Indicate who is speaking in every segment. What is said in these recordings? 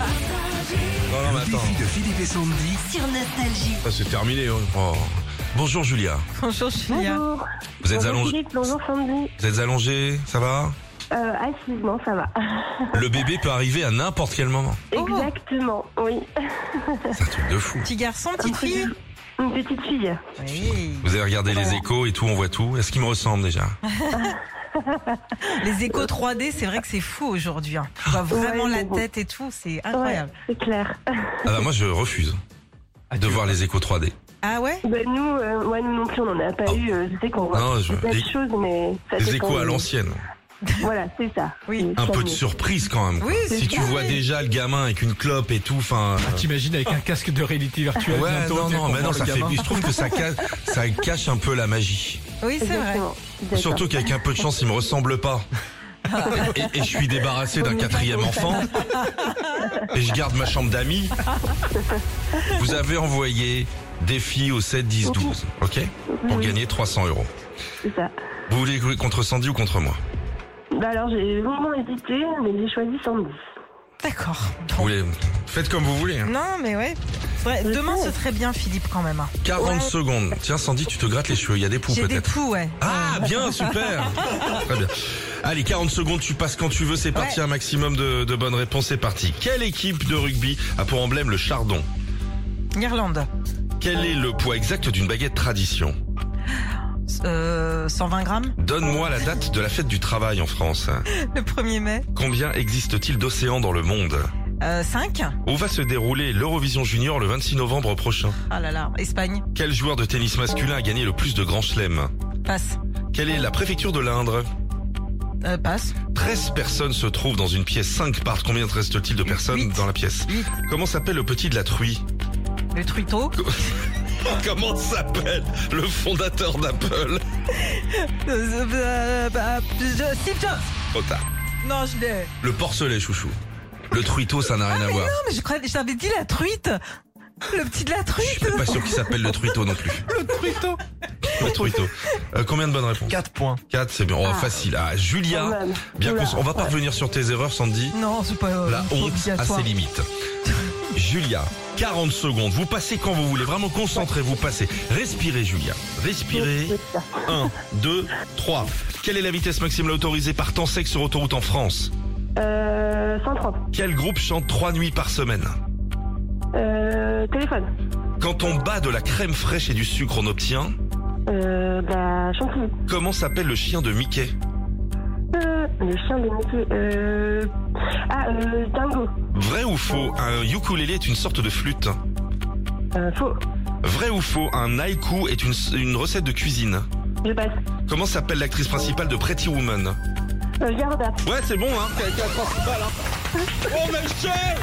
Speaker 1: Oh,
Speaker 2: suivi de Philippe et Sandy
Speaker 3: sur Nostalgie.
Speaker 1: Ah, c'est terminé. hein. Oh. Bonjour Julia.
Speaker 4: Bonjour Julien.
Speaker 5: Bonjour.
Speaker 1: Vous êtes
Speaker 5: bonjour
Speaker 1: allongé,
Speaker 5: Philippe, bonjour Sandy.
Speaker 1: vous êtes allongé, ça va
Speaker 5: Euh, assise, non, ça va.
Speaker 1: Le bébé peut arriver à n'importe quel moment.
Speaker 4: Oh.
Speaker 5: Exactement, oui.
Speaker 1: C'est un truc de fou.
Speaker 4: Petit garçon, petite fille
Speaker 5: Une petite fille.
Speaker 4: Oui.
Speaker 1: Vous avez regardé les échos et tout, on voit tout. Est-ce qu'il me ressemble déjà
Speaker 4: Les échos 3D, c'est vrai que c'est fou aujourd'hui. hein. On voit vraiment
Speaker 5: Ouais,
Speaker 4: la
Speaker 5: c'est beau.
Speaker 4: tête et tout, c'est
Speaker 5: Ouais,
Speaker 4: incroyable.
Speaker 5: c'est clair.
Speaker 1: Ah bah, moi je refuse de voir les échos 3D.
Speaker 4: Ah ouais
Speaker 5: Ben, nous, euh, ouais, nous non plus, on n'en a pas
Speaker 1: Oh.
Speaker 5: eu. euh, je sais qu'on voit
Speaker 1: Non, je-
Speaker 5: plein de
Speaker 1: les-
Speaker 5: choses, mais ça
Speaker 1: Les
Speaker 5: dépend.
Speaker 1: échos à l'ancienne.
Speaker 5: Voilà, c'est ça.
Speaker 4: Oui.
Speaker 5: C'est
Speaker 1: Un peu
Speaker 5: ça,
Speaker 1: de
Speaker 5: mais-
Speaker 1: surprise quand même. quoi.
Speaker 4: Oui, c'est
Speaker 1: si tu
Speaker 4: ça,
Speaker 1: vois
Speaker 4: oui.
Speaker 1: déjà le gamin avec une clope et tout, enfin. euh,
Speaker 2: T'imagines avec un casque de réalité virtuelle
Speaker 1: Ouais,
Speaker 2: bientôt,
Speaker 1: non,
Speaker 2: tu sais,
Speaker 1: non,
Speaker 2: pour
Speaker 1: mais non,
Speaker 2: voir
Speaker 1: ça
Speaker 2: le
Speaker 1: fait.
Speaker 2: gamin.
Speaker 1: Je trouve que ça cache, ça cache un peu la magie.
Speaker 4: Oui, c'est vrai.
Speaker 5: Exactement. D'accord.
Speaker 4: hein.
Speaker 1: Surtout qu'avec un peu de chance, il me ressemble pas. Et, et je suis débarrassé d'un quatrième enfant. Et je garde ma chambre d'amis. Vous avez envoyé des filles au 7, 10, 12, ok Pour
Speaker 5: Oui,
Speaker 1: gagner 300 euros.
Speaker 5: C'est ça.
Speaker 1: Vous voulez jouer contre Sandy ou contre moi
Speaker 5: Bah, alors, j'ai longuement hésité, mais j'ai choisi Sandy.
Speaker 4: D'accord.
Speaker 1: Vous voulez Faites comme vous voulez. hein.
Speaker 4: Non, mais ouais. C'est vrai, Demain, ce serait bien, Philippe, quand même. hein.
Speaker 1: 40 secondes. Tiens, Sandy, tu te grattes les cheveux. Il y a des poux
Speaker 4: J'ai des
Speaker 1: peut-être.
Speaker 4: poux, ouais.
Speaker 1: Ah, bien, super Très bien. Allez, 40 secondes, tu passes quand tu veux, c'est parti, un maximum de, de bonnes réponses, c'est parti. Quelle équipe de rugby a pour emblème le chardon
Speaker 4: Irlande,
Speaker 1: Quel est le poids exact d'une baguette tradition
Speaker 4: euh, 120 grammes.
Speaker 1: Donne-moi la date de la fête du travail en France.
Speaker 4: Le 1er mai. Euh,
Speaker 1: Combien existe-t-il d'océans dans le monde
Speaker 4: 5.
Speaker 1: Où va se dérouler l'Eurovision Junior le 26 novembre prochain
Speaker 4: Ah là là. Espagne.
Speaker 1: Quel joueur de tennis masculin a gagné le plus de grands chelems
Speaker 4: Passe.
Speaker 1: Quelle est la préfecture de l'Indre
Speaker 4: Euh, passe.
Speaker 1: 13 personnes se trouvent dans une pièce 5 parts. Combien reste-t-il de personnes
Speaker 4: Huit.
Speaker 1: dans la pièce
Speaker 4: Huit.
Speaker 1: Comment s'appelle le petit de la truie Oh,
Speaker 4: Le truiteau.
Speaker 1: Comment s'appelle le fondateur d'Apple
Speaker 4: Euh, euh, bah, je- Steve Jobs.
Speaker 1: Trop tard.
Speaker 4: Non, je l'ai.
Speaker 1: Le porcelet, chouchou. Le truiteau, ça n'a rien à voir.
Speaker 4: Non, mais je crois, je t'avais dit la truite. Le petit de la
Speaker 1: Je suis
Speaker 4: truite.
Speaker 1: pas sûr qu'il s'appelle le truiteau non plus.
Speaker 2: Le truiteau.
Speaker 1: Le truiteau. Euh, combien de bonnes réponses
Speaker 2: 4 points.
Speaker 1: 4, c'est bien. Oh, facile. Ah,
Speaker 5: Quand
Speaker 1: Julia,
Speaker 5: même.
Speaker 1: bien
Speaker 5: Oula.
Speaker 1: qu'on- on va pas revenir sur tes erreurs, Sandy.
Speaker 4: Non, c'est pas euh,
Speaker 1: La
Speaker 4: c'est
Speaker 1: honte à
Speaker 4: obligatoire.
Speaker 1: ses limites. Julia, 40 secondes. Vous passez quand vous voulez. Vraiment, concentrez-vous, passez. Respirez, Julia. Respirez. 1, 2, 3. Quelle est la vitesse maximum autorisée par temps sec sur autoroute en France
Speaker 5: Euh, 130.
Speaker 1: Quel groupe chante 3 nuits par semaine
Speaker 5: Euh, téléphone.
Speaker 1: Quand on bat de la crème fraîche et du sucre, on obtient.
Speaker 5: Euh, bah, chantilly.
Speaker 1: Comment s'appelle le chien de Mickey
Speaker 5: Euh, le chien de Mickey. Euh... Ah, euh, Dingo.
Speaker 1: Vrai ou faux Un ukulélé est une sorte de flûte.
Speaker 5: Euh, faux.
Speaker 1: Vrai ou faux Un haïku est une, une recette de cuisine.
Speaker 5: Je passe.
Speaker 1: Comment s'appelle l'actrice principale de Pretty Woman
Speaker 5: Euh, Garda.
Speaker 1: Ouais, c'est bon, hein C'est l'actrice principale, hein. Oh, mais chef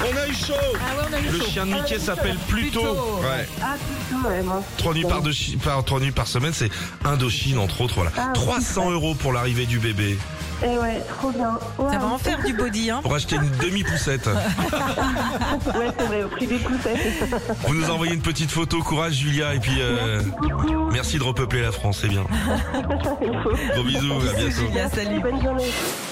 Speaker 1: On a eu chaud
Speaker 4: Ah ouais, on a eu
Speaker 1: Le
Speaker 4: chaud.
Speaker 1: chien de Mickey s'appelle Pluto.
Speaker 4: Pluto.
Speaker 1: Ouais.
Speaker 5: Ah, tout ouais, moi.
Speaker 1: Trois nuits par, deux chi- par- trois nuits par semaine, c'est Indochine, entre autres. Voilà.
Speaker 5: Ah, oui.
Speaker 1: 300 euros pour l'arrivée du bébé.
Speaker 5: Eh ouais, trop bien.
Speaker 4: Ça va
Speaker 5: Waouh.
Speaker 4: en faire du body, hein.
Speaker 1: Pour acheter une demi-poussette.
Speaker 5: Ouais, c'est vrai, au prix des poussettes.
Speaker 1: Vous nous envoyez une petite photo, courage Julia, et puis euh,
Speaker 5: Coucou.
Speaker 1: merci de repeupler la France, c'est bien.
Speaker 5: Il faut.
Speaker 1: Gros bisous, à bientôt.
Speaker 4: Julia, salut.
Speaker 5: Bonne journée.